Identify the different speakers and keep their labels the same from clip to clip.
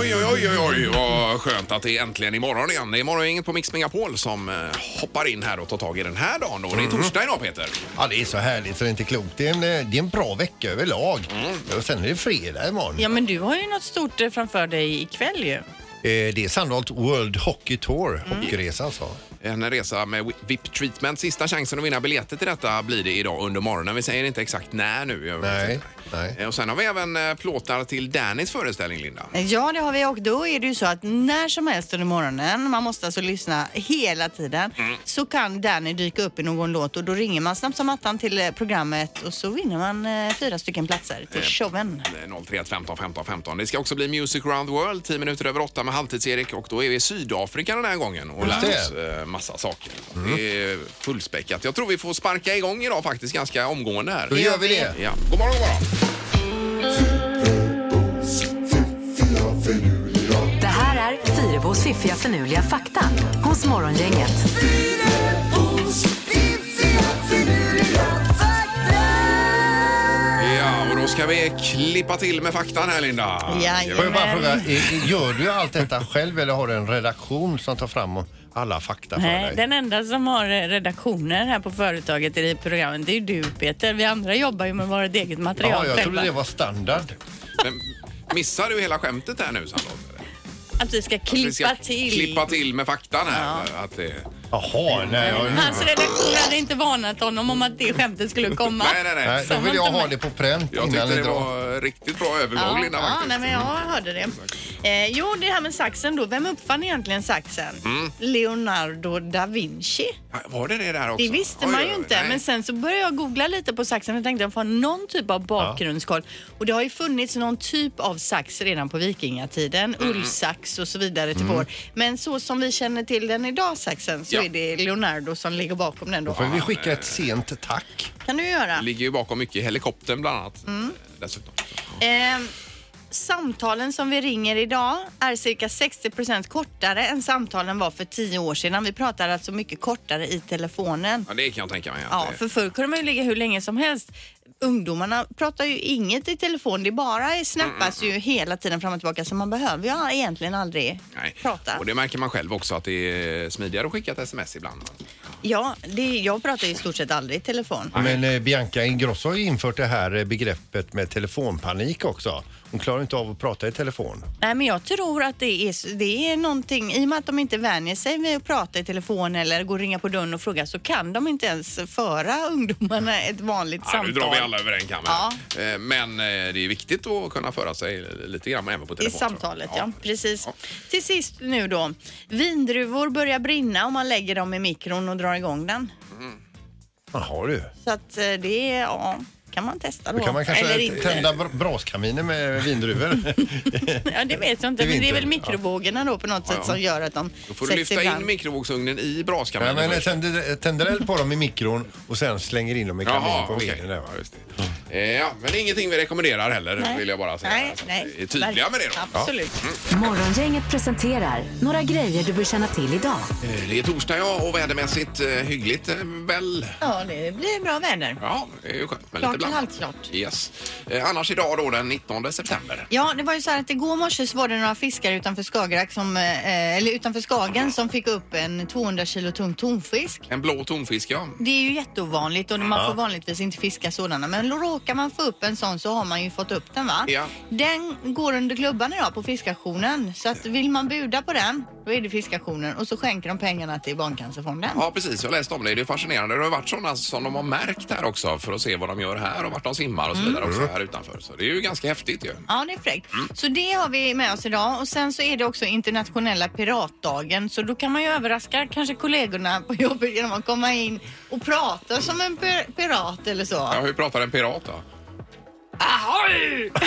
Speaker 1: Oj, oj, oj, oj, oj, vad skönt att det är äntligen imorgon igen. Det är morgongänget på Mix Megapol som eh, hoppar in här och tar tag i den här dagen. Då.
Speaker 2: Mhm.
Speaker 1: Det är torsdag idag, Peter.
Speaker 2: Ja, det är så härligt så det är inte klokt. Det är en, eh, det är en bra vecka överlag.
Speaker 1: Mm.
Speaker 2: Och sen är det fredag imorgon.
Speaker 3: Ja, men du har ju något stort eh, framför dig ikväll ju.
Speaker 2: Eh, det är Sandholt World Hockey Tour,
Speaker 1: Mm.
Speaker 2: hockeyresa alltså.
Speaker 1: En resa med VIP Treatment. Sista chansen att vinna biljetter till detta blir det idag under morgonen. Vi säger inte exakt när nu. Jag vet
Speaker 2: Nej,
Speaker 1: inte.
Speaker 2: nej.
Speaker 1: Eh, Och sen har vi även eh, plåtar till Dannys föreställning, Linda.
Speaker 3: Ja, det har vi och då är det ju så att när som helst under morgonen, man måste alltså lyssna hela tiden, så kan Danny dyka upp i någon låt och då ringer man snabbt som attan till eh, programmet och så vinner man eh, fyra stycken platser till showen.
Speaker 1: Eh, 031 15 15 15. Det ska också bli Music Around the World, 10 minuter över 8 med Halvtids-Erik och då är vi i Sydafrika den här gången och
Speaker 2: Just
Speaker 1: lär
Speaker 2: det. Mm.
Speaker 1: oss eh, massa saker. Det är fullspäckat. Jag tror vi får sparka igång idag faktiskt ganska omgående här.
Speaker 2: Då gör vi det.
Speaker 1: Ja. God morgon, god morgon.
Speaker 4: Det här är Fyrabos fiffiga förnuliga fakta hos Morgongänget.
Speaker 1: Ja, och då ska vi klippa till med faktan här, Linda.
Speaker 3: Jajamän.
Speaker 2: Får jag bara fråga, eh, gör du allt detta själv eller har du en redaktion som tar fram alla fakta för
Speaker 3: Nej,
Speaker 2: dig?
Speaker 3: den enda som har eh, redaktioner här på företaget i det här programmet, det är ju du Peter. Vi andra jobbar ju med vårt eget material
Speaker 2: Ja, jag
Speaker 3: själva.
Speaker 2: trodde det var standard.
Speaker 1: Men missar du hela skämtet här nu, Sandholt?
Speaker 3: Att vi ska
Speaker 1: Vi
Speaker 3: klippa
Speaker 1: ska
Speaker 3: till.
Speaker 1: Klippa till med faktan här. Att det... Mm.
Speaker 2: Jaha, nej. Jag,
Speaker 1: Alltså,
Speaker 3: Hans redaktion hade inte varnat honom om att det skämtet skulle komma.
Speaker 1: Nej, nej, nej.
Speaker 2: nej, då vill jag ha det på pränt
Speaker 1: Jag
Speaker 2: innan
Speaker 1: tyckte
Speaker 2: ni
Speaker 1: det
Speaker 2: drar.
Speaker 1: var riktigt bra övergång,
Speaker 3: Ja,
Speaker 1: Linda,
Speaker 3: ja
Speaker 1: faktiskt.
Speaker 3: nej, men jag hörde det. Eh, jo, det här med saxen då. Vem uppfann egentligen saxen?
Speaker 1: Mm.
Speaker 3: Leonardo da Vinci.
Speaker 1: Ja, Var det det där också?
Speaker 3: Det visste
Speaker 1: Oj,
Speaker 3: man
Speaker 1: oj,
Speaker 3: ju
Speaker 1: oj,
Speaker 3: inte.
Speaker 1: nej.
Speaker 3: Men sen så började jag googla lite på saxen och tänkte att jag får ha någon typ av bakgrundskoll. Och det har ju funnits någon typ av sax redan på vikingatiden.
Speaker 1: Mm.
Speaker 3: Ullsax och så vidare till vår. Men så som vi känner till den idag, saxen, så
Speaker 1: Ja.
Speaker 3: är det Leonardo som ligger bakom den då.
Speaker 2: Får vi skicka ett sent tack?
Speaker 3: Kan du göra?
Speaker 1: Det ligger ju bakom mycket i helikoptern bland annat.
Speaker 3: Mm.
Speaker 1: eh, Dessutom.
Speaker 3: Ehm, samtalen som vi ringer idag är cirka 60 kortare än samtalen var för tio år sedan. Vi pratar alltså mycket kortare i telefonen.
Speaker 1: Ja, det kan jag tänka mig. Att
Speaker 3: Ja,
Speaker 1: det...
Speaker 3: för förr kunde man ju ligga hur länge som helst. Ungdomarna pratar ju inget i telefon. Det bara
Speaker 1: Mm,
Speaker 3: snappas ju hela tiden fram och tillbaka så man behöver ju egentligen aldrig
Speaker 1: Nej.
Speaker 3: prata.
Speaker 1: Och det märker man själv också att det är smidigare att skicka ett sms ibland.
Speaker 3: Ja, det, jag pratar ju i stort sett aldrig i telefon.
Speaker 2: Men eh, Bianca Ingrosso har ju infört det här eh, begreppet med telefonpanik också. Hon klarar inte av att prata i telefon.
Speaker 3: Nej, men jag tror att det är, det är någonting, i och med att de inte vänjer sig vid att prata i telefon eller gå och ringa på dörren och fråga så kan de inte ens föra ungdomarna ett vanligt
Speaker 1: Ja, nu
Speaker 3: samtal.
Speaker 1: drar vi alla över en kam här.
Speaker 3: Ja.
Speaker 1: Eh, Men eh, det är viktigt att kunna föra sig lite grann även på
Speaker 3: I
Speaker 1: telefon. tror jag.
Speaker 3: samtalet, ja. Precis. Till sist nu då. Vindruvor börjar brinna om man lägger dem i mikron och drar igång den.
Speaker 2: Jaha du.
Speaker 3: Så att eh, det är, ja, kan man testa då.
Speaker 2: Då kan man kanske
Speaker 3: Eller inte.
Speaker 2: tända br- braskaminer med vindruvor.
Speaker 3: Ja, det vet jag inte.
Speaker 2: i
Speaker 3: Men det är
Speaker 2: vintern.
Speaker 3: väl mikrovågorna då på något sätt som gör att de
Speaker 1: Då får du lyfta in mikrovågsugnen i
Speaker 2: Nej,
Speaker 1: braskaminen.
Speaker 2: men jag
Speaker 1: först.
Speaker 2: tänder, jag tänder eld på dem i mikron och sen slänger in dem i kaminen
Speaker 1: Jaha,
Speaker 2: på
Speaker 1: okej.
Speaker 2: veden. Där, va?
Speaker 1: Ja, just det. Eh, Ja, men det är ingenting vi rekommenderar heller, vill jag bara säga.
Speaker 3: Nej,
Speaker 1: Så att
Speaker 3: nej.
Speaker 1: vi Är tydliga med det då. Ja.
Speaker 3: Absolut.
Speaker 4: Morgongänget presenterar några grejer du bör känna till idag.
Speaker 1: Eh, Det är torsdag ja, och vädermässigt eh, hyggligt eh, väl.
Speaker 3: Ja, det blir bra väder.
Speaker 1: Ja, det är ju skönt med
Speaker 3: Klart
Speaker 1: lite
Speaker 3: till
Speaker 1: blandat.
Speaker 3: halvklart.
Speaker 1: Yes. Eh, Annars idag då den 19 september.
Speaker 3: Ja, det var ju så här att igår morse så var det några fiskare utanför Skagerrak som, eh, eller utanför Skagen som fick upp en 200 kilo tung tonfisk.
Speaker 1: En blå tonfisk ja.
Speaker 3: Det är ju jätteovanligt och man får vanligtvis inte fiska sådana. Men råkar man få upp en sån så har man ju fått upp den va?
Speaker 1: Ja.
Speaker 3: Den går under klubban idag på fiskauktionen. Så att vill man buda på den, då är det fiskauktionen och så skänker de pengarna till Barncancerfonden.
Speaker 1: Ja precis, jag läste om det. Det är fascinerande. Det har varit sådana som de har märkt här också för att se vad de gör här och vart de simmar och så vidare också här utanför. Så det är ju ganska häftigt ju.
Speaker 3: Ja, det är fräckt. Så det har vi med oss idag. Och sen så är det också internationella piratdagen. Så då kan man ju överraska kanske kollegorna på jobbet genom att komma in och prata som en pir- pirat eller så.
Speaker 1: Ja, hur pratar en pirat då?
Speaker 3: Ahoj! Ah!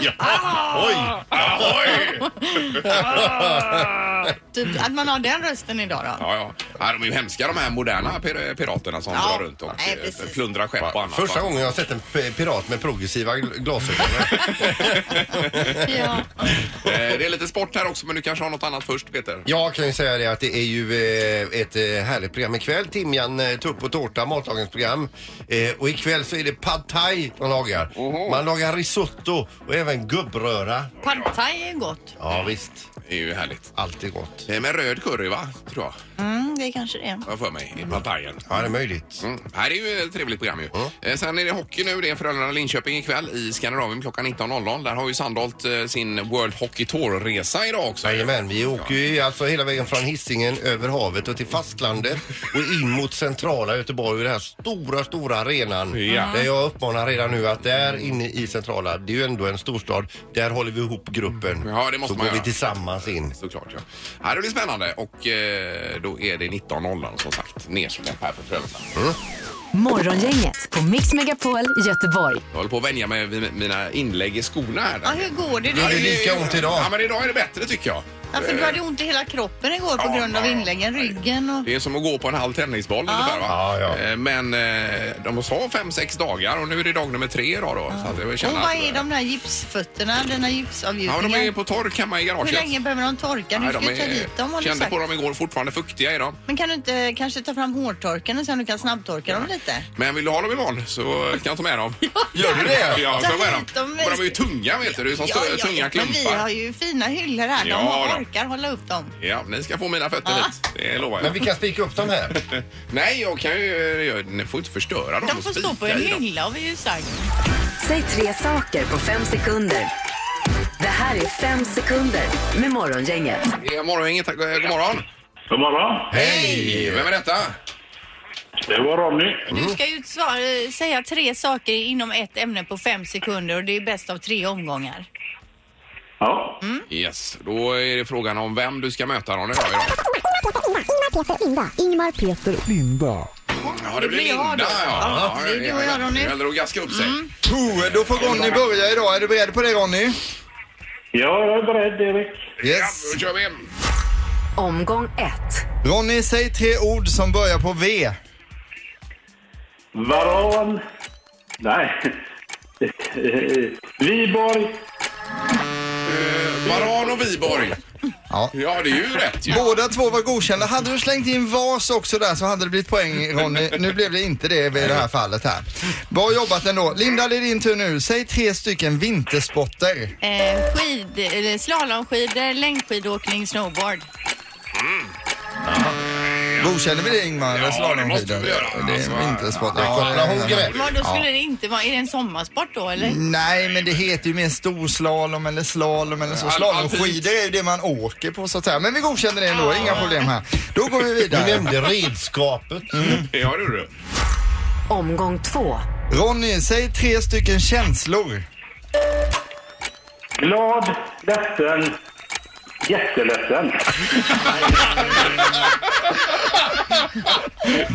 Speaker 2: Ja. Oj!
Speaker 1: Ahoj!
Speaker 3: då? Typ att man har den rösten idag då?
Speaker 1: Ja, ja. ja, de är ju hemska de här moderna pir- piraterna som
Speaker 3: Ja.
Speaker 1: drar runt och
Speaker 3: Nej,
Speaker 1: eh,
Speaker 3: precis.
Speaker 1: plundrar skepp och annat.
Speaker 2: Första
Speaker 1: va?
Speaker 2: gången jag har sett en p- pirat med progressiva gl- glasögon.
Speaker 3: Ja.
Speaker 1: Eh, Det är lite sport här också men du kanske har något annat först Peter?
Speaker 2: Jag kan ju säga det att det är ju eh, ett eh, härligt program ikväll. Timjan, eh, tupp och tårta, matlagningsprogram. Eh, Och ikväll så är det pad thai de lagar.
Speaker 1: Oho.
Speaker 2: Man lagar risotto och även gubbröra.
Speaker 3: Pad thai är gott.
Speaker 2: Ja visst,
Speaker 1: Det är ju härligt.
Speaker 2: alltid gott.
Speaker 1: Eh, Med röd curry va? Tror jag.
Speaker 3: Mm, det är kanske det.
Speaker 1: Har jag för mig. I partajen.
Speaker 2: Ja, det är möjligt.
Speaker 1: Mm. Här är ju ett trevligt program ju. Eh, Sen är det hockey nu. Det är Frölunda-Linköping ikväll i Skandinavien klockan 19.00. Där har ju Sandholt eh, sin World Hockey Tour-resa idag också.
Speaker 2: Jajamän, vi åker ju alltså hela vägen från Hisingen över havet och till fastlandet och in mot centrala Göteborg i den här stora, stora arenan.
Speaker 1: Ja.
Speaker 2: Där jag uppmanar redan nu att där inne i centrala, det är ju ändå en storstad, där håller vi ihop gruppen.
Speaker 1: Ja, det måste
Speaker 2: så
Speaker 1: man
Speaker 2: går vi
Speaker 1: göra.
Speaker 2: tillsammans in.
Speaker 1: Såklart ja. Här det blir spännande och eh, då är det 19.00 som sagt. Nersläpp här för Frölunda.
Speaker 4: Morgongänget på Mix Megapol Göteborg.
Speaker 1: Jag håller på att vänja mig vid mina inlägg i skorna här.
Speaker 3: Ja, hur går det?
Speaker 2: Ja, det är
Speaker 3: du?
Speaker 2: lika ont idag.
Speaker 1: Ja, men idag är det bättre tycker jag.
Speaker 3: Ja, för du hade ont i hela kroppen igår på
Speaker 1: Ja,
Speaker 3: grund av
Speaker 1: ja,
Speaker 3: inläggen, ryggen och...
Speaker 1: Det är som att gå på en halv tennisboll ungefär va?
Speaker 2: Ja, ja.
Speaker 1: Eh, Men eh, de sa fem, sex dagar och nu är det dag nummer tre idag då. Så att jag
Speaker 3: Och
Speaker 1: känner
Speaker 3: vad
Speaker 1: att- eh,
Speaker 3: är de där gipsfötterna, dina
Speaker 1: Ja,
Speaker 3: gipsavgjutningar?
Speaker 1: de är på tork hemma i garaget.
Speaker 3: Hur länge behöver de torka? Du
Speaker 1: Nej,
Speaker 3: ska
Speaker 1: de
Speaker 3: ju ta
Speaker 1: är-
Speaker 3: dit dem har du
Speaker 1: Kände
Speaker 3: sagt.
Speaker 1: på dem igår, fortfarande fuktiga är de.
Speaker 3: Men kan du inte kanske ta fram hårtorken och sen du kan snabbtorka dem lite?
Speaker 1: Men vill du ha dem imorgon så kan jag ta med dem.
Speaker 2: Gör du det?
Speaker 1: Ja, ta
Speaker 3: Ta
Speaker 1: med dem.
Speaker 3: hit dem.
Speaker 1: Men de är ju tunga vet du. Det är som stö- tunga
Speaker 3: men vi har
Speaker 1: klumpar.
Speaker 3: ju fina hyllor här. De
Speaker 1: Ja, då.
Speaker 3: orkar hålla upp dem.
Speaker 1: Ja, ni ska få mina fötter dit. Det lovar
Speaker 2: Men
Speaker 1: jag.
Speaker 2: vi kan spika upp dem här.
Speaker 1: Nej, jag kan ju... eh, jag- Ni får inte förstöra dem.
Speaker 3: De
Speaker 1: och
Speaker 3: får stå på
Speaker 1: spika
Speaker 3: en
Speaker 1: i dem.
Speaker 3: hylla har vi ju sagt.
Speaker 4: Säg tre saker på fem sekunder. Det här är fem sekunder med Morgongänget.
Speaker 1: Det är Morgongänget. tack. Eh, God morgon.
Speaker 5: God morgon.
Speaker 1: Hej! Vem är detta?
Speaker 5: Det var Ronny.
Speaker 3: Du ska ju svara, säga tre saker inom ett ämne på fem sekunder och det är bäst av tre omgångar.
Speaker 5: Ja.
Speaker 1: Yes, då är det frågan om vem du ska möta Ronny idag. idag.
Speaker 6: Ingmar, Peter,
Speaker 1: Ja, det blir
Speaker 3: blir
Speaker 1: Linda.
Speaker 3: jag då.
Speaker 1: Ja,
Speaker 3: Ja, det är du och jag, Ronny. Mm.
Speaker 1: Det gäller att gaska upp sig.
Speaker 7: Oh, då får Ronny börja idag. Är du beredd på det Ronny?
Speaker 5: ja, jag är beredd, Erik.
Speaker 1: Ja,
Speaker 7: Yes.
Speaker 1: då kör vi.
Speaker 4: Omgång ett.
Speaker 7: Ronny, säg tre ord som börjar på V.
Speaker 5: Varan. Nej. Eh, Viborg.
Speaker 1: Eh, Varan och Viborg.
Speaker 7: Ja.
Speaker 1: Ja, det är ju rätt ju.
Speaker 7: Båda två var godkända. Hade du slängt in VAS också där så hade det blivit poäng Ronny. Nu blev det inte det i det här fallet här. Bra jobbat ändå. Linda, det är din tur nu. Säg tre stycken vintersporter.
Speaker 3: Eh, skid, eller slalomskidor, längdskidåkning, snowboard.
Speaker 7: Godkänner vi det Ingmar?
Speaker 1: Ja,
Speaker 7: Eller slalomskidor?
Speaker 1: det måste vi göra.
Speaker 7: Det
Speaker 1: Alltså,
Speaker 7: är vintersporter.
Speaker 2: ja, kopplar hon grepp?
Speaker 3: Vad då skulle det inte vara? Är det en sommarsport då eller?
Speaker 7: Nej, men det heter ju mer storslalom eller slalom eller så.
Speaker 1: All-
Speaker 7: Slalomskidor är ju det man åker på så att säga. Men vi godkänner det ändå, inga problem här. Då går vi
Speaker 2: Du
Speaker 7: vidare.
Speaker 2: nämnde redskapet.
Speaker 1: Mm.
Speaker 7: Mm.
Speaker 1: Ja, det gjorde du.
Speaker 4: Omgång två.
Speaker 7: Ronny, säg tre stycken känslor.
Speaker 5: Glad. Ledsen. Jätteledsen.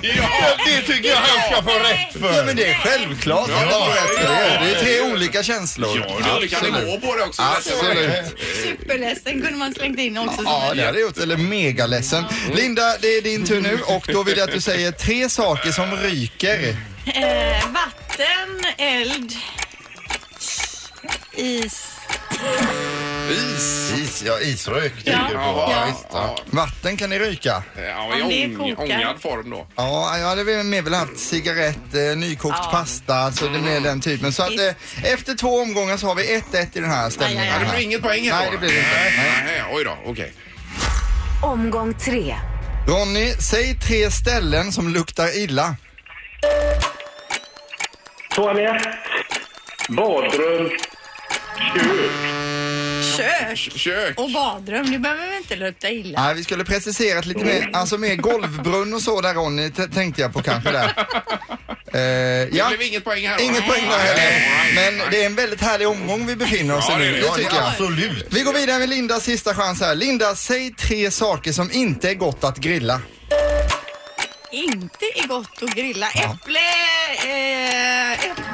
Speaker 1: Ja,
Speaker 2: Det tycker jag han ska få rätt
Speaker 7: Ja, men det är självklart att det var rätt för det. Det är tre olika
Speaker 1: ja
Speaker 7: känslor.
Speaker 1: det är olika nivåer på det också.
Speaker 7: Absolut.
Speaker 3: Superledsen kunde man slängt in också.
Speaker 7: Ja, det hade jag gjort. Eller megaledsen. Linda, det är din tur nu och då vill jag att du säger tre saker som ryker.
Speaker 3: Eh, vatten, eld, is.
Speaker 1: Is.
Speaker 2: Is, ja, isrök tänker
Speaker 3: Ja.
Speaker 2: du på.
Speaker 1: Ja,
Speaker 2: Ja,
Speaker 1: ja.
Speaker 2: visst, ja.
Speaker 7: Vatten kan ni ryka.
Speaker 1: Ja,
Speaker 3: Om det
Speaker 1: i
Speaker 3: är
Speaker 1: ång,
Speaker 3: kokar.
Speaker 1: ångad form då.
Speaker 7: Ja, jag hade väl mer velat haft cigarett, eh, nykokt
Speaker 3: Ja.
Speaker 7: pasta, så det blev den typen. Så att, eh, efter två omgångar så har vi 1-1 i den här stämningen.
Speaker 1: Ja, det
Speaker 7: här.
Speaker 1: blir inget poäng här
Speaker 7: Nej,
Speaker 1: då.
Speaker 7: det blir det inte.
Speaker 1: Nej, nej, oj då, okej.
Speaker 4: Omgång tre.
Speaker 7: Ronny, säg tre ställen som luktar illa.
Speaker 5: Toalett. Badrum. Kök.
Speaker 3: Kök
Speaker 1: Kök.
Speaker 3: och badrum, det behöver väl inte lukta illa?
Speaker 7: Nej, vi skulle preciserat lite mer, alltså mer golvbrunn och så där Ronny, t- tänkte jag på kanske där. Eh,
Speaker 1: Det
Speaker 7: ja,
Speaker 1: blev inget poäng här då.
Speaker 7: inget poäng där heller. Men det är en väldigt härlig omgång vi befinner oss i
Speaker 1: Ja, det är
Speaker 7: nu,
Speaker 1: det.
Speaker 7: det
Speaker 1: Ja,
Speaker 7: tycker jag.
Speaker 2: Absolut.
Speaker 7: Vi går vidare med Lindas sista chans här. Linda, säg tre saker som inte är gott att grilla.
Speaker 3: Inte är gott att grilla. Äpple, eh, äpple.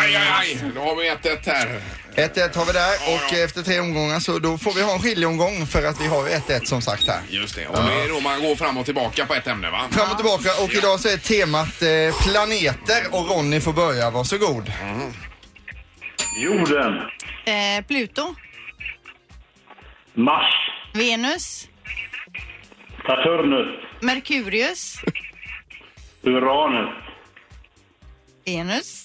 Speaker 1: Aj, aj, aj. Då har vi ett, ett här.
Speaker 7: 1-1 har vi där
Speaker 1: Ja,
Speaker 7: och
Speaker 1: ja.
Speaker 7: efter tre omgångar så då får vi ha en skiljeomgång för att vi har ju 1-1 som sagt här.
Speaker 1: Just det. Och det är då man går fram och tillbaka på ett ämne va?
Speaker 7: Fram och tillbaka och idag så är temat eh, planeter och Ronny får börja, varsågod.
Speaker 1: Mm.
Speaker 5: Jorden.
Speaker 3: Eh, Pluto,
Speaker 5: Mars.
Speaker 3: Venus,
Speaker 5: Saturnus.
Speaker 3: Merkurius,
Speaker 5: Uranus.
Speaker 3: Venus.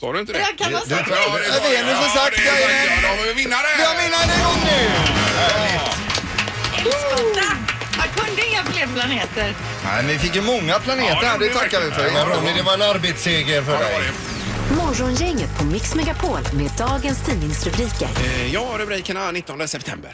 Speaker 1: Sa du inte det?
Speaker 3: Jag kan ha sagt
Speaker 1: Ja,
Speaker 3: nej.
Speaker 1: det var-
Speaker 7: Venus har sagt
Speaker 1: ja, det är
Speaker 7: grejer.
Speaker 1: sagt, ja, Då har vi vinnare!
Speaker 7: Vi har vinnaren en gång nu!
Speaker 3: Skotta! Jag kunde inga fler planeter.
Speaker 7: Nej, men vi fick ju många
Speaker 1: Ja, det
Speaker 7: planeter här, det
Speaker 1: blev
Speaker 7: tackar vi för.
Speaker 1: verkligen.
Speaker 2: Men Ronny, det var en arbetsseger för
Speaker 1: Ja, det var
Speaker 2: dig.
Speaker 1: det.
Speaker 4: Morgongänget på Mix Megapol med dagens tidningsrubriker.
Speaker 1: Eh, Ja, rubrikerna 19 september.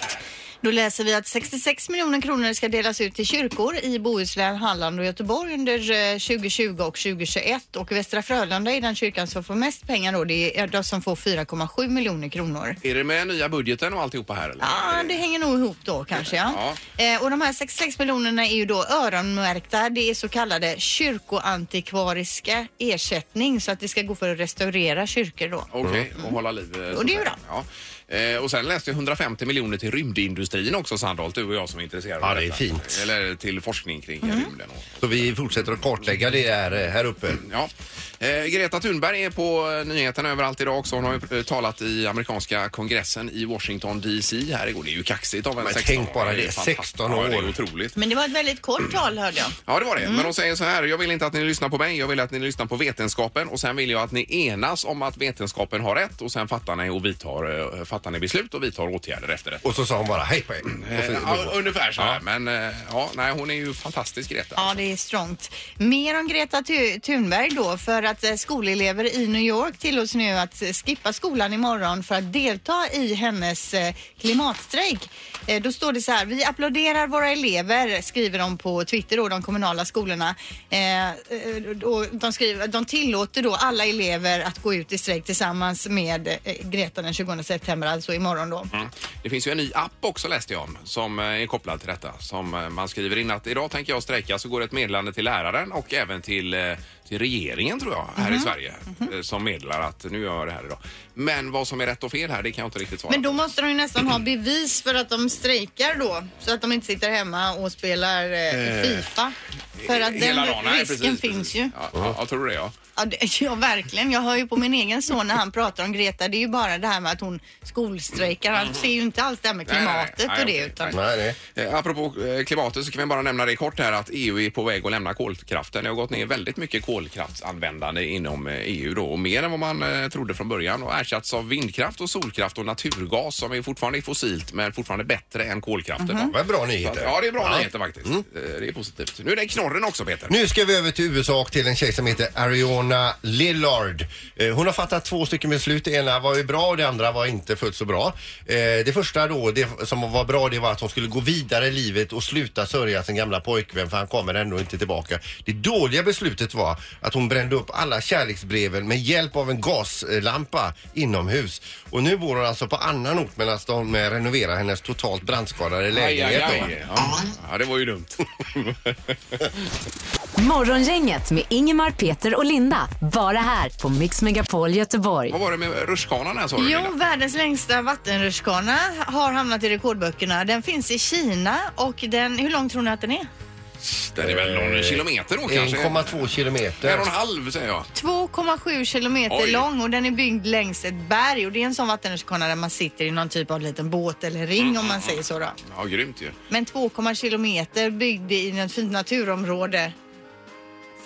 Speaker 3: Då läser vi att 66 miljoner kronor ska delas ut till kyrkor i Bohuslän, Halland och Göteborg under eh, 2020 och 2021. Och Västra Frölunda är den kyrkan som får mest pengar då. Det är de som får 4,7 miljoner kronor.
Speaker 1: Är det med nya budgeten och alltihopa här eller?
Speaker 3: Ja, det hänger nog ihop då kanske. Ja. Eh, och de här 66 miljonerna är ju då öronmärkta. Det är så kallade kyrkoantikvariska ersättning så att det ska gå för att restaurera kyrkor då.
Speaker 1: Okej, och hålla liv. eh, så
Speaker 3: Och det är
Speaker 1: att säga. Ja. Eh, och sen läste jag 150 miljoner till rymdindustrin också Sandholt, du och jag som är intresserade
Speaker 2: Ja,
Speaker 1: av
Speaker 2: det är
Speaker 1: detta.
Speaker 2: fint.
Speaker 1: Eller till forskning kring rymden. Och,
Speaker 2: Så vi fortsätter att kartlägga det här, eh, här uppe.
Speaker 1: ja. eh, Greta Thunberg är på eh, nyheterna överallt idag också. Hon har ju eh, talat i amerikanska kongressen i Washington DC här igår. Det är ju kaxigt av en
Speaker 2: Men
Speaker 1: 16
Speaker 2: tänk bara det,
Speaker 1: är fantastiskt.
Speaker 2: 16
Speaker 1: Ja, det är
Speaker 2: år.
Speaker 1: otroligt.
Speaker 3: Men det var ett väldigt kort tal hörde jag.
Speaker 1: Ja, det var det.
Speaker 3: Mm.
Speaker 1: Men de säger så här. Jag vill inte att ni lyssnar på mig. Jag vill att ni lyssnar på vetenskapen och sen vill jag att ni enas om att vetenskapen har rätt och sen fattar ni och vidtar, eh, fattar ni beslut och vidtar åtgärder efter det. Eh,
Speaker 2: Och så sa hon bara hej på er. Och så-
Speaker 1: Ja, ungefär så här. Men eh, ja, nej, hon är ju fantastisk Greta.
Speaker 3: Ja, det är strongt. Mer om Greta Thu- Thunberg då, för att eh, skolelever i New York tillåts nu att eh, skippa skolan imorgon för att delta i hennes eh, klimatstrejk. Eh, Då står det så här, vi applåderar våra elever, skriver de på Twitter då, de kommunala skolorna. Eh, eh, och de, skriver, de tillåter då alla elever att gå ut i strejk tillsammans med eh, Greta den 20 september, alltså imorgon då.
Speaker 1: Mm. Det finns ju en ny app också läste jag om som eh, är kopplad till detta. Som eh, man skriver in att idag tänker jag strejka så går det ett meddelande till läraren och även till, eh, till regeringen tror jag här i
Speaker 3: Mhm.
Speaker 1: Sverige. eh, Som meddelar att nu gör jag det här idag. Men vad som är rätt och fel här det kan jag inte riktigt svara
Speaker 3: Men
Speaker 1: på.
Speaker 3: då måste de ju nästan ha bevis för att de strejkar då. Så att de inte sitter hemma och spelar eh, Fifa. För att den
Speaker 1: Hela dagen, nej,
Speaker 3: risken
Speaker 1: precis,
Speaker 3: finns
Speaker 1: precis.
Speaker 3: ju.
Speaker 1: Ja, ja, jag tror det ja.
Speaker 3: Ja, det, ja, verkligen. Jag hör ju på min egen son när han pratar om Greta. Det är ju bara det här med att hon skolstrejkar. Han ser ju inte alls det här med
Speaker 1: Nej, nej, nej.
Speaker 3: klimatet
Speaker 1: Nej,
Speaker 3: och det.
Speaker 1: okej.
Speaker 3: Utan,
Speaker 1: Nej.
Speaker 2: Nej, nej.
Speaker 1: Eh, apropå eh, klimatet så kan vi bara nämna det kort här att EU är på väg att lämna kolkraften. Det har gått ner väldigt mycket kolkraftsanvändande inom eh, EU då och mer än vad man eh, trodde från början och ersatts av vindkraft och solkraft och naturgas som är fortfarande fossilt men fortfarande bättre än kolkraften. då.
Speaker 3: Mhm.
Speaker 2: Vad bra
Speaker 1: Så att,
Speaker 2: nyheter.
Speaker 1: Ja, det är bra nyheter faktiskt. Eh, Det är positivt. Nu är det knorren också, Peter.
Speaker 2: Nu ska vi över till USA och till en tjej som heter Ariana Lillard. Eh, Hon har fattat två stycken beslut. Det ena var ju bra och det andra var inte fullt så bra. Eh, Det första då, det som var bra, det var att hon skulle gå vidare i livet och sluta sörja sin gamla pojkvän för han kommer ändå inte tillbaka. Det dåliga beslutet var att hon brände upp alla kärleksbreven med hjälp av en gaslampa inomhus. Och nu bor hon alltså på annan ort medan de eh, renoverar hennes totalt brandskadade
Speaker 1: Aj, aj,
Speaker 2: lägenhet. då.
Speaker 1: aj. Ja. ja, det var ju dumt.
Speaker 4: Morgongänget med Ingemar, Peter och Linda. Bara här på Mix Megapol Göteborg.
Speaker 1: Vad var det med rutschkanan här sa du?
Speaker 3: Jo,
Speaker 1: Linda?
Speaker 3: världens längsta vattenrutschkana har hamnat i rekordböckerna. Den finns i Kina och den, hur lång tror ni att den är?
Speaker 1: Den är väl någon Eh, kilometer då kanske?
Speaker 2: 1,2
Speaker 1: En
Speaker 2: kilometer.
Speaker 1: och en halv säger jag.
Speaker 3: 2,7 kilometer
Speaker 1: Oj.
Speaker 3: lång och den är byggd längs ett berg och det är en sån vattenrutschkana där man sitter i någon typ av liten båt eller ring
Speaker 1: Mm,
Speaker 3: om man säger så då.
Speaker 1: Ja, grymt ju.
Speaker 3: Men 2,7 kilometer byggd i ett fint naturområde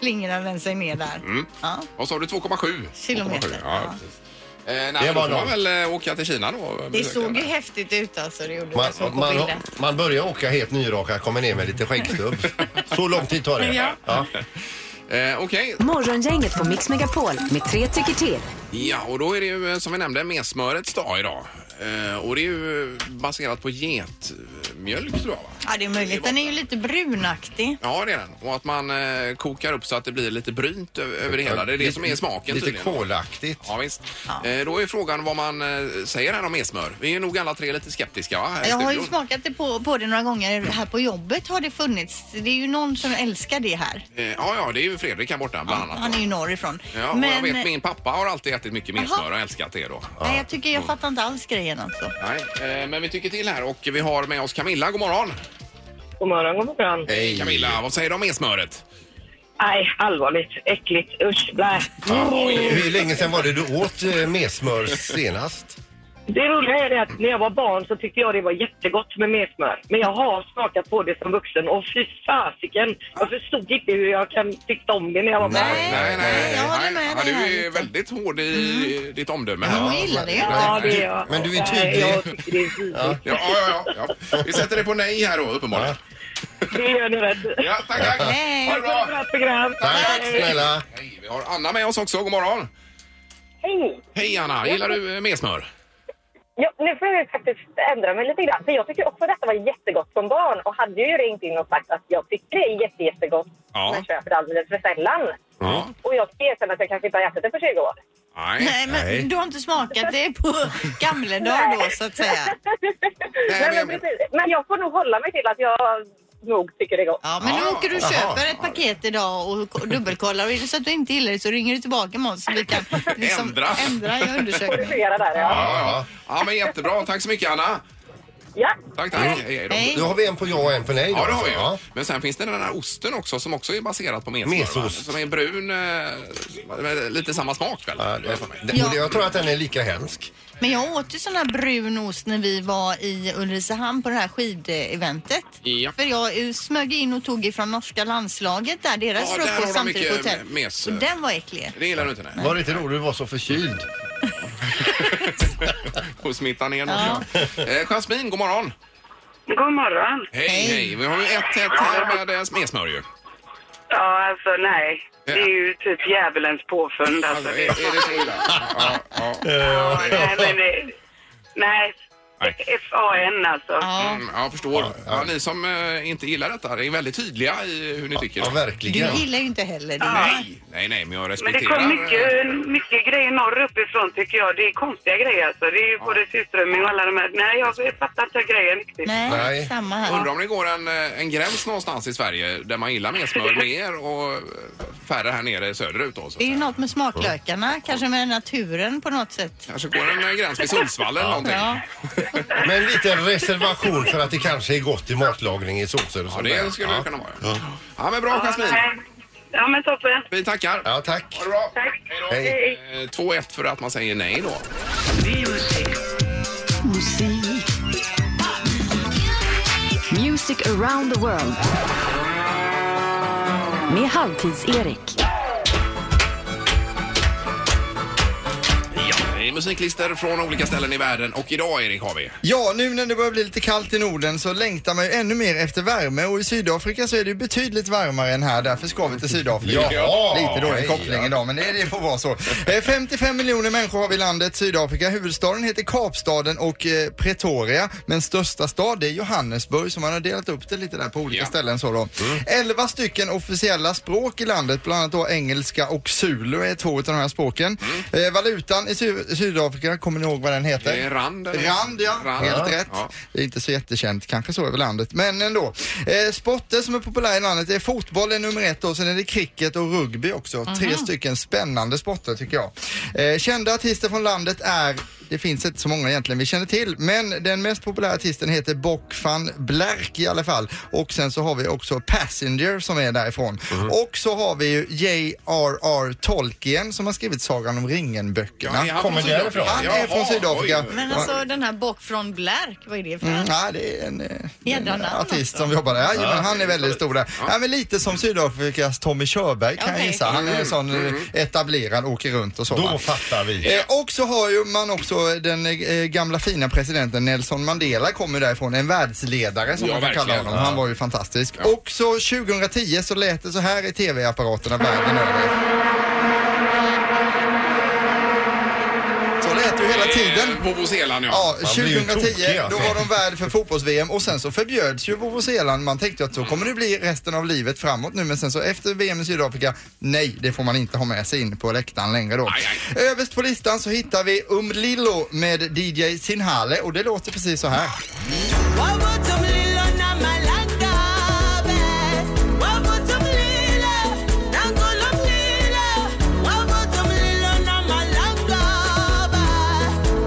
Speaker 3: slingrar den sig ner där.
Speaker 1: Mm.
Speaker 3: Ja.
Speaker 1: Vad sa du, 2,7?
Speaker 3: Kilometer,
Speaker 1: 2,7,
Speaker 3: ja.
Speaker 1: Ja, precis. Eh, nej,
Speaker 2: Det
Speaker 1: det
Speaker 2: var
Speaker 1: var då får man
Speaker 2: långt.
Speaker 1: väl eh, åka till Kina då. och
Speaker 3: Det
Speaker 1: besöka
Speaker 3: såg ju
Speaker 1: den.
Speaker 3: häftigt ut alltså. Det gjorde
Speaker 2: Man,
Speaker 3: det. såg på
Speaker 2: man,
Speaker 3: bilden.
Speaker 2: man börjar åka helt nyrakad, kommer ner med lite skäggstubb. Så lång tid tar det.
Speaker 3: Ja.
Speaker 1: eh, Okej,
Speaker 4: Morgongänget på Mix Megapol med tre tycker till.
Speaker 1: ja och då är det ju eh, som vi nämnde messmörets dag idag. Eh, och det är ju eh, baserat på getmjöl filmjölk tror jag va?
Speaker 3: Ja, det är möjligt. Den är ju lite brunaktig.
Speaker 1: Ja, det är den. Och att man eh, kokar upp så att det blir lite brynt ö- över det hela. Det är det som är smaken
Speaker 2: Lite
Speaker 1: tydligen.
Speaker 2: kolaktigt.
Speaker 1: Ja, visst. Eh, då är frågan vad man eh, säger här om e-smör. Vi är nog alla tre lite skeptiska va? här i
Speaker 3: Jag har ju
Speaker 1: studion.
Speaker 3: smakat det på, på det några gånger här på jobbet har det funnits. Det är ju någon som älskar det här.
Speaker 1: Eh, Ja, ja, det är ju Fredrik här borta bland annat.
Speaker 3: Han är ju norrifrån.
Speaker 1: Ja, och jag vet min pappa har alltid ätit mycket mer
Speaker 3: Jaha.
Speaker 1: smör och älskat det då.
Speaker 3: Nej, jag tycker jag fattar inte alls grejen alltså.
Speaker 1: Nej, eh, men vi tycker till här och vi har med oss Camilla. God morgon!
Speaker 6: God morgon, god morgon.
Speaker 2: Hej.
Speaker 1: Camilla, vad säger du om e-smöret?
Speaker 6: Nej, allvarligt. Äckligt. Usch, blä.
Speaker 2: Hur länge sedan var det du åt eh, messmör senast?
Speaker 6: Det roliga är det att när jag var barn så tyckte jag det var jättegott med messmör. Men jag har smakat på det som vuxen och fy fasiken. Jag förstod inte hur jag kan tycka om det när jag var barn.
Speaker 1: Nej,
Speaker 3: Eh, nej, jag håller med
Speaker 1: ja,
Speaker 3: dig här
Speaker 1: Du är
Speaker 3: lite.
Speaker 1: väldigt hård i ditt omdöme.
Speaker 3: Hon
Speaker 1: här.
Speaker 3: gillar det ju.
Speaker 6: Ja, det är jag.
Speaker 2: Men du är
Speaker 6: Nej, Jag
Speaker 2: tydlig.
Speaker 6: tycker det är vidrigt.
Speaker 1: Ja, ja, ja, ja. Vi sätter det på nej här då, uppenbarligen.
Speaker 6: Det gör ni rätt i.
Speaker 1: Ja, tack, tack.
Speaker 3: Nej.
Speaker 1: Ha det
Speaker 6: Ha ett
Speaker 1: bra.
Speaker 6: bra program.
Speaker 2: Tack
Speaker 6: Hej.
Speaker 2: snälla.
Speaker 1: Hej, vi har Anna med oss också. God morgon.
Speaker 8: Hej!
Speaker 1: Hej Anna, gillar du eh, mer smör?
Speaker 8: Ja, nu får jag faktiskt ändra mig lite grann. För jag tycker också att detta var jättegott som barn och hade ju ringt in och sagt att jag tycker det är jätte, jättegott
Speaker 1: Ja.
Speaker 8: men köper det alldeles för sällan.
Speaker 1: Ja.
Speaker 8: Och jag ska erkänna att jag kanske inte har ätit det på 20 år.
Speaker 1: Nej.
Speaker 3: Nej, men du har inte smakat det på gamla dagar då så att säga.
Speaker 1: Nej,
Speaker 8: Nej,
Speaker 1: men-
Speaker 8: men, precis. men jag får nog hålla mig till att jag nog tycker det är gott.
Speaker 3: Ja, men
Speaker 1: Ja,
Speaker 3: nu åker du och
Speaker 1: jaha.
Speaker 3: köper ett paket idag och ko- dubbelkollar. Och är det så att du inte gillar det så ringer du tillbaka med oss så vi kan liksom
Speaker 1: Ändra.
Speaker 3: ändra i undersökningen.
Speaker 8: Korrigera där, ja.
Speaker 1: Ja, ja. ja, men jättebra. Tack så mycket Anna.
Speaker 8: ja.
Speaker 1: Tack, tack.
Speaker 6: Mm.
Speaker 1: Hej, hej då.
Speaker 3: Mm. Hej.
Speaker 2: Då har vi en på ja och en på nej. då.
Speaker 1: Ja, det har vi ju.
Speaker 2: Ja.
Speaker 1: Men sen finns det den här osten också som också är baserad på messmör.
Speaker 2: Mesost.
Speaker 1: va? Som är brun, eh, med lite samma smak väl?
Speaker 2: Ja, det-
Speaker 1: för mig.
Speaker 2: det- och det- Jag tror att den är lika hemsk.
Speaker 3: Men jag åt ju sån här brun ost när vi var i Ulricehamn på det här skideventet.
Speaker 1: Ja.
Speaker 3: För jag eh, smög in och tog ifrån norska landslaget där, deras
Speaker 1: Ja, där har de
Speaker 3: frukost samtidigt på
Speaker 1: mycket
Speaker 3: hotell.
Speaker 1: mes.
Speaker 3: Och den var äcklig.
Speaker 1: Det gillar du inte? Nej.
Speaker 2: Var det inte roligt du var så förkyld?
Speaker 1: Och smittar ner något. Eh, Jasmine, god morgon.
Speaker 6: God morgon.
Speaker 1: Hej, hej. Vi har ju ett tätt här med eh, smessmör ju.
Speaker 6: Ja, alltså nej.
Speaker 1: Det är
Speaker 6: ju typ djävulens påfund.
Speaker 1: Alltså, är, är det så illa? Ja, ja.
Speaker 6: nej, men... eh, Nej.
Speaker 1: Nej.
Speaker 6: FAN alltså.
Speaker 3: Ja.
Speaker 1: Mm, jag förstår. Ja, ni som eh, inte gillar detta är väldigt tydliga i eh, hur ni tycker.
Speaker 2: Ja,
Speaker 3: Du
Speaker 2: verkligen.
Speaker 3: gillar ju inte heller det.
Speaker 1: Nej, nej, nej, men jag
Speaker 6: Men
Speaker 1: respekterar...
Speaker 6: det kom
Speaker 1: eh,
Speaker 6: mycket, mycket grejer norr uppifrån tycker jag. Det är konstiga grejer alltså. Det är ju både surströmming och alla de här. Nej, jag fattar inte grejen riktigt.
Speaker 3: Nej,
Speaker 2: Nej.
Speaker 3: samma här.
Speaker 1: Undrar om det går en, eh, en gräns någonstans i Sverige där man gillar mer smör mer och eh, färre här nere söderut då, så att
Speaker 3: Det är ju
Speaker 1: säga.
Speaker 3: något med smaklökarna, kanske med naturen på något sätt.
Speaker 1: Kanske går en eh, gräns vid Sundsvall eller någonting.
Speaker 3: Ja.
Speaker 2: Men lite reservation för att det kanske är gott i matlagning i såser och
Speaker 1: Ja,
Speaker 2: sånt där.
Speaker 1: det skulle det
Speaker 2: ja.
Speaker 1: kunna vara. Ja, ja men bra Jasmin.
Speaker 6: Nej. Ja, men toppen.
Speaker 1: Vi tackar.
Speaker 2: Ja, tack.
Speaker 1: Ha det bra.
Speaker 6: Tack.
Speaker 2: Hej.
Speaker 1: Eh, 2-1 för att man säger nej då.
Speaker 4: Music around the world. Med Halvtids-Erik.
Speaker 1: Ja, det är musiklistor från olika ställen i världen och idag Erik har vi.
Speaker 7: Ja, nu när det börjar bli lite kallt i Norden så längtar man ju ännu mer efter värme och i Sydafrika så är det ju betydligt varmare än här. Därför ska vi till Sydafrika.
Speaker 2: Jaha!
Speaker 7: lite dålig
Speaker 2: Hej,
Speaker 7: koppling
Speaker 2: ja.
Speaker 7: idag, men det, det får vara så. Eh, 55 miljoner människor har vi i landet Sydafrika. Huvudstaden heter Kapstaden och eh, Pretoria, men största stad det är Johannesburg så man har delat upp det lite där på olika
Speaker 1: Ja. Mm.
Speaker 7: ställen så då. 11 stycken officiella språk i landet, bland annat då engelska och zulu är två av de här språken. Eh, valutan i Sy- Sydafrika, kommer ni ihåg vad den heter?
Speaker 1: Mm. Det är rand. eller?
Speaker 7: Rand, ja.
Speaker 1: Rand.
Speaker 7: Helt rätt.
Speaker 1: Ja.
Speaker 7: Det är inte så jättekänt kanske så över landet, men ändå. Eh, sporter som är populära i landet är fotboll är nummer ett och sen är det cricket och rugby också. Tre stycken spännande sporter tycker jag. Eh, kända artister från landet är det finns inte så många egentligen vi känner till, men den mest populära artisten heter Bock van Blerk i alla fall. Och sen så har vi också Passenger som är därifrån.
Speaker 1: Mhm.
Speaker 7: Och så har vi ju J.R.R. Tolkien som har skrivit Sagan om ringen-böckerna.
Speaker 1: Ja, är han
Speaker 2: Kommer
Speaker 1: från
Speaker 2: därifrån?
Speaker 1: Sydafrika?
Speaker 7: Han är från
Speaker 1: Jaha,
Speaker 7: Sydafrika.
Speaker 1: oj.
Speaker 3: Men alltså den här bock från Blärk, vad är det för
Speaker 7: Mm,
Speaker 3: mm.
Speaker 7: ja, det är en, eh,
Speaker 3: Jädra
Speaker 7: en
Speaker 3: namn
Speaker 1: typ.
Speaker 7: artist som jobbar där. Ja, men han är väldigt stor där. Ja. men lite som Sydafrikas Tommy Körberg kan jag
Speaker 3: Okej.
Speaker 7: gissa. Han är en sån eh, etablerad, åker runt och så. va?
Speaker 2: Då fattar vi.
Speaker 7: Eh, och så har ju man också den eh, gamla fina presidenten Nelson Mandela kommer därifrån, en världsledare som
Speaker 1: Ja,
Speaker 7: man kan kalla
Speaker 1: verkligen.
Speaker 7: honom. Han var ju fantastisk. Och så 2010 så lät det så här i tv-apparaterna världen över. Så lät det ju hela tiden.
Speaker 1: Eh, Vovozelan ja.
Speaker 7: Ja,
Speaker 2: Man blir ju
Speaker 7: 2010
Speaker 2: tokig, alltså.
Speaker 7: då var de värd för fotbolls-VM och sen så förbjöds ju Vovozelan. Man tänkte att så kommer det bli resten av livet framåt nu men sen så efter VM i Sydafrika, nej det får man inte ha med sig in på läktaren längre då.
Speaker 1: Aj,
Speaker 7: Överst på listan så hittar vi Umlilo med DJ Sinhale och det låter precis så här.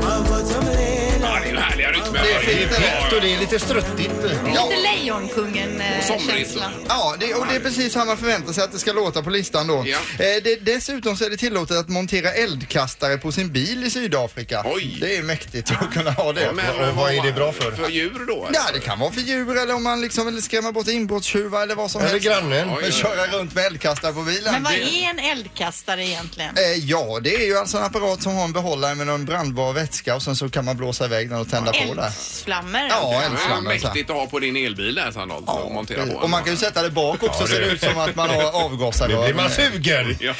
Speaker 1: ja. Det är ju härliga rytmer.
Speaker 7: Det är
Speaker 2: Det är pitt och det är lite struttigt.
Speaker 7: Ja.
Speaker 3: Lite eh, Lejonkungen-känsla.
Speaker 1: Somrigt.
Speaker 7: Ja, det, och det är precis så här man förväntar sig att det ska låta på listan då.
Speaker 1: Ja.
Speaker 7: Eh, det, dessutom så är det tillåtet att montera eldkastare på sin bil i Sydafrika.
Speaker 1: Oj.
Speaker 7: Det är mäktigt att kunna ha det.
Speaker 1: Ja, men eh,
Speaker 2: Och vad är det bra för?
Speaker 1: För djur då?
Speaker 7: Ja, det kan vara för djur eller om man liksom vill skrämma bort inbrottstjuvar eller vad som
Speaker 2: Eller
Speaker 7: helst.
Speaker 2: grannen.
Speaker 1: Oj,
Speaker 7: Men
Speaker 1: oj,
Speaker 7: köra runt med eldkastare på bilen.
Speaker 3: Men vad
Speaker 7: det...
Speaker 3: är en eldkastare egentligen?
Speaker 7: Eh, Ja, det är ju alltså en apparat som har en behållare med någon brandbar vätska och sen så kan man blåsa iväg den och tända på där.
Speaker 3: Eldsflammor? alltså.
Speaker 7: Ja,
Speaker 1: Det var
Speaker 7: eldsflammor. så här.
Speaker 1: mäktigt att ha på din elbil där Sandholt. och montera på.
Speaker 7: alltså. Och man kan ju sätta det bak också
Speaker 2: Ja,
Speaker 7: så
Speaker 2: det-
Speaker 7: det ut som att man har
Speaker 2: Nu
Speaker 7: avgasrör.
Speaker 2: blir man sugen.
Speaker 1: Ja.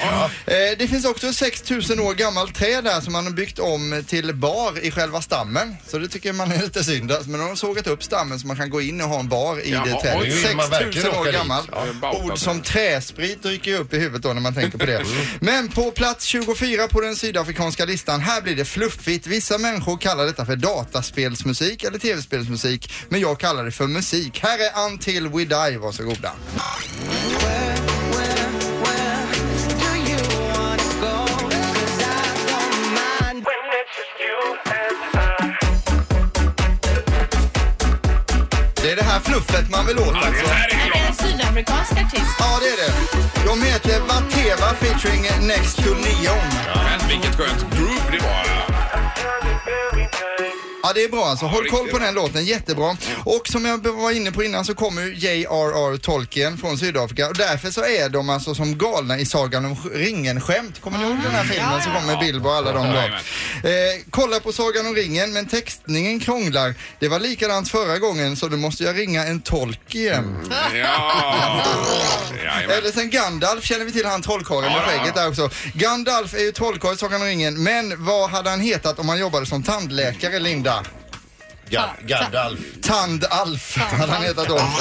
Speaker 7: Eh, Det finns också 6000 år gammalt träd där som man har byggt om till bar i själva stammen. Så det tycker man är lite synd. alltså, Men de har sågat upp stammen så man kan gå in och ha en bar i
Speaker 1: Jaha,
Speaker 7: det
Speaker 1: oj,
Speaker 7: trädet.
Speaker 1: vill man
Speaker 7: 6000
Speaker 2: verkligen åka
Speaker 7: år
Speaker 2: dit?
Speaker 7: gammalt.
Speaker 1: Ja, bauta
Speaker 7: Ord
Speaker 1: sig.
Speaker 7: som träsprit dyker ju upp i huvudet då när man tänker på det. Mm. Men på plats 24 på den sydafrikanska listan, här blir det fluffigt. Vissa människor kallar detta för dataspelsmusik eller tv-spelsmusik. Men jag kallar det för musik. Här är Until We Die, varsågoda. Det är det här fluffet man vill åt
Speaker 1: Ja,
Speaker 7: alltså.
Speaker 1: det här är
Speaker 3: Är det
Speaker 1: bra.
Speaker 3: en sydamerikansk artist?
Speaker 7: Ja, det är det. De heter Vateva featuring Next to Neon.
Speaker 1: Men vilket skönt groove det var.
Speaker 7: Ja, det är bra alltså. Håll
Speaker 1: Ja,
Speaker 7: koll
Speaker 1: riktigt
Speaker 7: på den låten, jättebra. Och som jag var inne på innan så kommer ju J.R.R. Tolkien från Sydafrika och därför så är de alltså som galna i Sagan om ringen-skämt. Kommer ni ihåg den här filmen som kom med Bilbo och alla de
Speaker 1: Ja,
Speaker 7: då?
Speaker 1: jajamän.
Speaker 7: Eh, kolla på Sagan om ringen men textningen krånglar. Det var likadant förra gången så du måste jag ringa en tolk igen.
Speaker 1: Ja. Jajamän.
Speaker 7: Eller sen Gandalf känner vi till han trollkarlen med
Speaker 1: Ja, ja,
Speaker 7: skägget där också. Gandalf är ju trollkarl i Sagan om ringen men vad hade han hetat om han jobbade som tandläkare Linda?
Speaker 2: Ga- Gandalf.
Speaker 7: Tandalf hade han hetat då. Eh,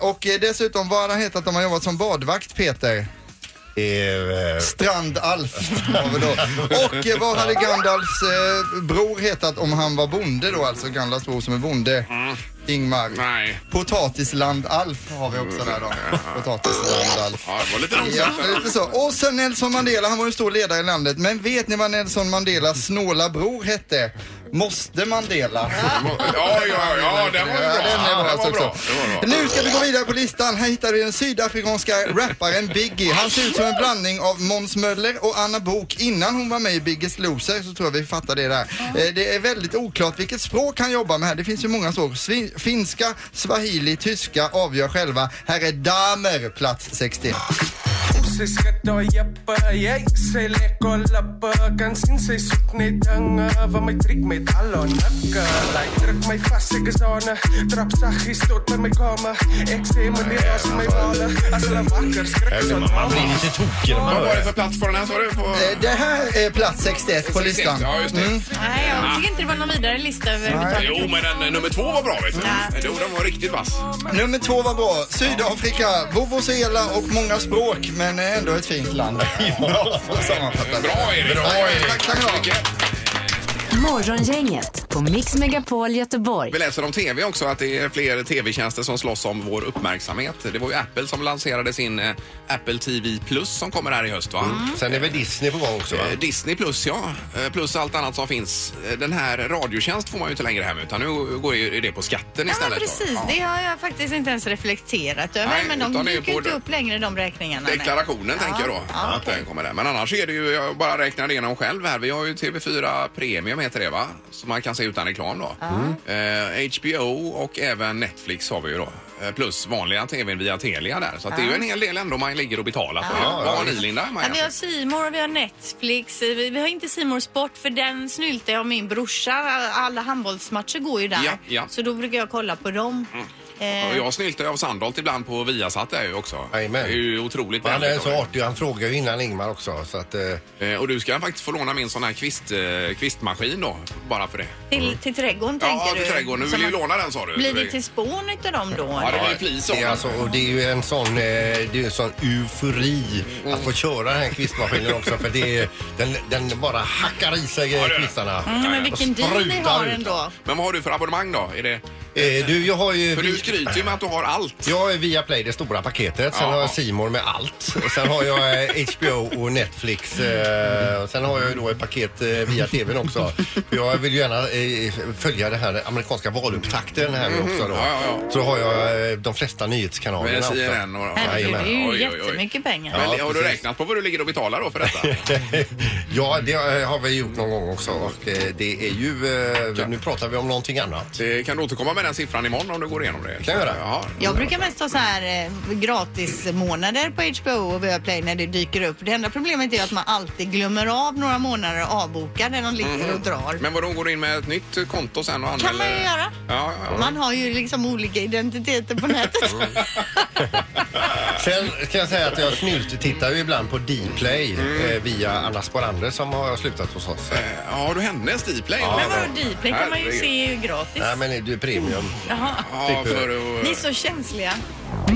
Speaker 7: och eh, dessutom vad hade han hetat om han jobbat som badvakt Peter?
Speaker 2: Eh,
Speaker 7: Strandalf var vi då. Och eh, vad hade Gandalfs eh, bror hetat om han var bonde då alltså? Gandalfs bror som är bonde. Ingmar.
Speaker 1: Mm. Nej.
Speaker 7: Potatisland-Alf har vi också där då. Potatisland-Alf.
Speaker 1: Ja, det var lite
Speaker 7: Ja,
Speaker 1: långsamt.
Speaker 7: lite så. Och sen Nelson Mandela, han var ju stor ledare i landet. Men vet ni vad Nelson Mandelas snåla bror hette? Måste Mandela.
Speaker 1: Ja, ja, ja, den var ju bra.
Speaker 7: Ja, den är bra
Speaker 1: Den var
Speaker 7: också.
Speaker 1: bra. Den var bra.
Speaker 7: Nu ska vi gå vidare på listan. Här hittar vi den sydafrikanska rapparen Biggie. Han ser ut som en blandning av Måns Möller och Anna Bok. Innan hon var med i Biggest Loser så tror jag vi fattar det där. Eh, Det är väldigt oklart vilket språk han jobbar med här. Det finns ju många språk. Svi- Finska, swahili, tyska avgör själva. Här är Damer plats 61.
Speaker 2: man blir lite tokig när man
Speaker 1: Vad
Speaker 2: hör
Speaker 1: var
Speaker 2: det.
Speaker 1: det för plats på den här sa du? På...
Speaker 7: Eh, Det här är plats 61 på listan. Mm.
Speaker 1: Ja, just det.
Speaker 3: Nej, jag tycker inte det var någon vidare lista överhuvudtaget.
Speaker 1: Jo, men den, eh, nummer två var bra vet du. Jo, den var riktigt vass.
Speaker 7: Nummer två var bra. Sydafrika, vuvuzela och många språk, men ändå ett fint land. Ja, så sammanfattar vi.
Speaker 1: Bra Erik!
Speaker 7: Bra, Erik.
Speaker 1: Tack, tack så mycket.
Speaker 4: Morgongänget på Mix Megapol Göteborg.
Speaker 1: Vi läser om tv också att det är fler tv-tjänster som slåss om vår uppmärksamhet. Det var ju Apple som lanserade sin eh, Apple TV Plus som kommer här i höst va?
Speaker 7: Mm.
Speaker 2: Sen är väl Disney på gång också va?
Speaker 1: Eh, Disney plus ja, Eh, plus allt annat som finns. Eh, Den här radiotjänst får man ju inte längre hem utan nu går ju det på skatten
Speaker 3: Ja,
Speaker 1: istället. då.
Speaker 3: men precis.
Speaker 1: Ja.
Speaker 3: Det har jag faktiskt inte ens reflekterat över.
Speaker 1: Nej,
Speaker 3: men
Speaker 1: utan
Speaker 3: de
Speaker 1: det är
Speaker 3: dyker
Speaker 1: på
Speaker 3: inte
Speaker 1: det-
Speaker 3: upp längre, de räkningarna. nej.
Speaker 1: Deklarationen tänker jag då. att den kommer där. Men annars är det ju, jag bara räknar igenom själv här. Vi har ju TV4 Premium heter det va? Som man kan se utan reklam då. Eh, HBO och även Netflix har vi ju då. Eh, Plus vanliga TVn via Telia där. Så att det är ju en hel del ändå man ligger och betalar för. Vad har ni Linda? Man
Speaker 3: Ja, vi
Speaker 1: kan-
Speaker 3: har Simor och vi har Netflix. Eh, Vi, vi har inte Simor Sport för den snyltar jag av min brorsa. Alla handbollsmatcher går ju där.
Speaker 1: Ja, ja.
Speaker 3: Så då brukar jag kolla på dem.
Speaker 1: Och
Speaker 3: Eh,
Speaker 1: Jag snyltar ju av Sandholt ibland på Viasat där ju också.
Speaker 2: Jajamän.
Speaker 1: Det är ju otroligt
Speaker 2: Han är
Speaker 1: vänligt
Speaker 2: så
Speaker 1: av
Speaker 2: artig. Han frågar ju innan Ingmar också. Så att, eh,
Speaker 1: dig. Eh, Och du ska faktiskt få låna min sån här kvist, eh, kvistmaskin då, bara för det.
Speaker 3: till, till trädgården
Speaker 1: Ja,
Speaker 3: tänker du?
Speaker 1: för trädgården. Du
Speaker 3: Som
Speaker 1: vill ju
Speaker 3: att-
Speaker 1: låna den sa du.
Speaker 3: Blir det till spån utav dem då?
Speaker 1: Ja, det
Speaker 3: eller?
Speaker 1: blir plis om
Speaker 2: det, är alltså, och det är ju en sån, eh, det är ju en sån eufori att få köra den här kvistmaskinen också. För det är, den, den bara hackar i sig
Speaker 1: Ja, det
Speaker 2: eh,
Speaker 1: är det.
Speaker 2: kvistarna.
Speaker 3: Mm, men vilken deal ni
Speaker 2: Sprutar
Speaker 3: har
Speaker 2: ut.
Speaker 3: ändå.
Speaker 1: Men vad har du för abonnemang då? Är det...
Speaker 2: Eh, du, jag har ju...
Speaker 1: För du
Speaker 2: vi-
Speaker 1: skryter ju med att du har allt.
Speaker 2: Jag är via Play det stora paketet, sen
Speaker 1: Ja.
Speaker 2: har jag C More med allt. Och sen har jag eh, HBO och Netflix. eh, Och sen har jag ju då ett paket eh, via TVn också. För jag vill ju gärna eh, följa den här amerikanska valupptakten här nu också då.
Speaker 1: Mm, ja, ja,
Speaker 2: Så har jag eh, de flesta nyhetskanalerna
Speaker 1: Med
Speaker 2: också.
Speaker 1: CNN och...
Speaker 3: Herregud, det är ju
Speaker 1: Oj, oj, oj.
Speaker 3: jättemycket pengar.
Speaker 1: Men har du
Speaker 2: precis.
Speaker 1: räknat på vad du ligger och betalar då för detta?
Speaker 2: ja, det eh, har vi gjort någon gång också och eh, det är ju... eh, Nu pratar vi om någonting annat.
Speaker 1: Eh, Kan du återkomma med den siffran imorgon om du går igenom det?
Speaker 2: Kan jag göra.
Speaker 1: Jaha.
Speaker 3: Jag brukar mest ha så här eh, gratis månader på HBO och Viaplay när det dyker upp. Det enda problemet är att man alltid glömmer av några månader avbokade när de ligger och drar.
Speaker 1: Mm-hmm. Men eh, vadå, går du in med ett nytt konto sen och anmäler?
Speaker 3: kan man ju göra.
Speaker 1: Ja, ja, ja.
Speaker 3: Man har ju liksom olika identiteter på nätet.
Speaker 2: Mm. Sen kan jag säga att jag snylttittar ju ibland på Dplay
Speaker 1: Mm.
Speaker 2: eh, via Anna Sporander som har slutat hos oss.
Speaker 1: Eh, Ja, du hennes Dplay? Ja,
Speaker 3: Men vadå, Dplay kan man ju
Speaker 1: Herregud.
Speaker 3: se gratis.
Speaker 2: Nej men du är premium.
Speaker 3: Jaha.
Speaker 1: Ja, för
Speaker 3: Ni är
Speaker 1: att...
Speaker 3: så känsliga.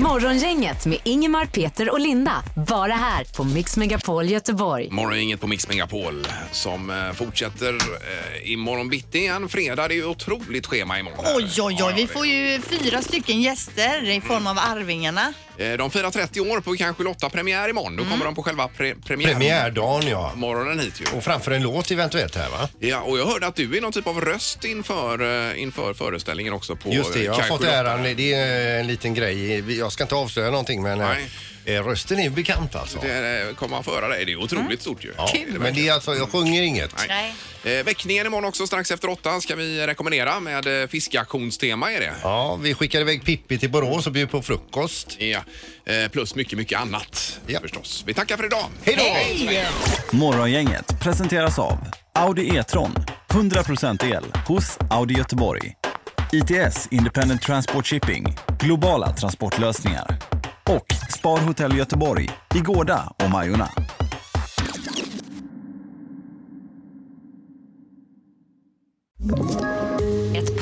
Speaker 4: Morgongänget med Ingemar, Peter och Linda. Bara här på Mix Megapol Göteborg.
Speaker 1: Morgongänget på Mix Megapol som eh, fortsätter eh, imorgon bitti igen. Fredag, det är ju otroligt schema imorgon.
Speaker 3: Oj, oj,
Speaker 1: Ja,
Speaker 3: oj.
Speaker 1: ja,
Speaker 3: Vi
Speaker 1: det-
Speaker 3: får ju fyra stycken gäster i form av Arvingarna.
Speaker 1: Eh, De firar 30 år på kanske Lotta premiär imorgon. Då kommer
Speaker 3: Mm.
Speaker 1: de på själva pre premiär...
Speaker 2: Premiärdagen ja.
Speaker 1: morgonen hit ju.
Speaker 2: Och framför en låt eventuellt här va?
Speaker 1: Ja, och jag hörde att du är någon typ av röst inför, eh, inför föreställningen också på
Speaker 2: Just det, jag har
Speaker 1: Kaiku
Speaker 2: fått
Speaker 1: Lotta.
Speaker 2: äran. Det är eh, en liten grej. Vi- Jag ska inte avslöja någonting men eh,
Speaker 1: Nej.
Speaker 2: eh, rösten är ju bekant alltså.
Speaker 1: Det eh, kommer man föra dig. Det är otroligt
Speaker 3: Mm.
Speaker 1: stort ju.
Speaker 2: Ja, men det är alltså, jag sjunger inget.
Speaker 1: Nej. Eh, väckningen imorgon också strax efter åtta ska vi rekommendera med eh, fiskaktionstema är det.
Speaker 2: Ja, vi skickar iväg Pippi till Borås och bjöd på frukost.
Speaker 1: Ja. Eh, plus mycket, mycket annat
Speaker 2: Ja.
Speaker 1: förstås. Vi tackar för idag.
Speaker 2: Hej då!
Speaker 9: Morgongänget presenteras av Audi E-tron. 100% el hos Audi Göteborg. ITS Independent Transport Shipping. Globala transportlösningar. Och Spar Hotel Göteborg i Gårda och Majorna.
Speaker 4: Ett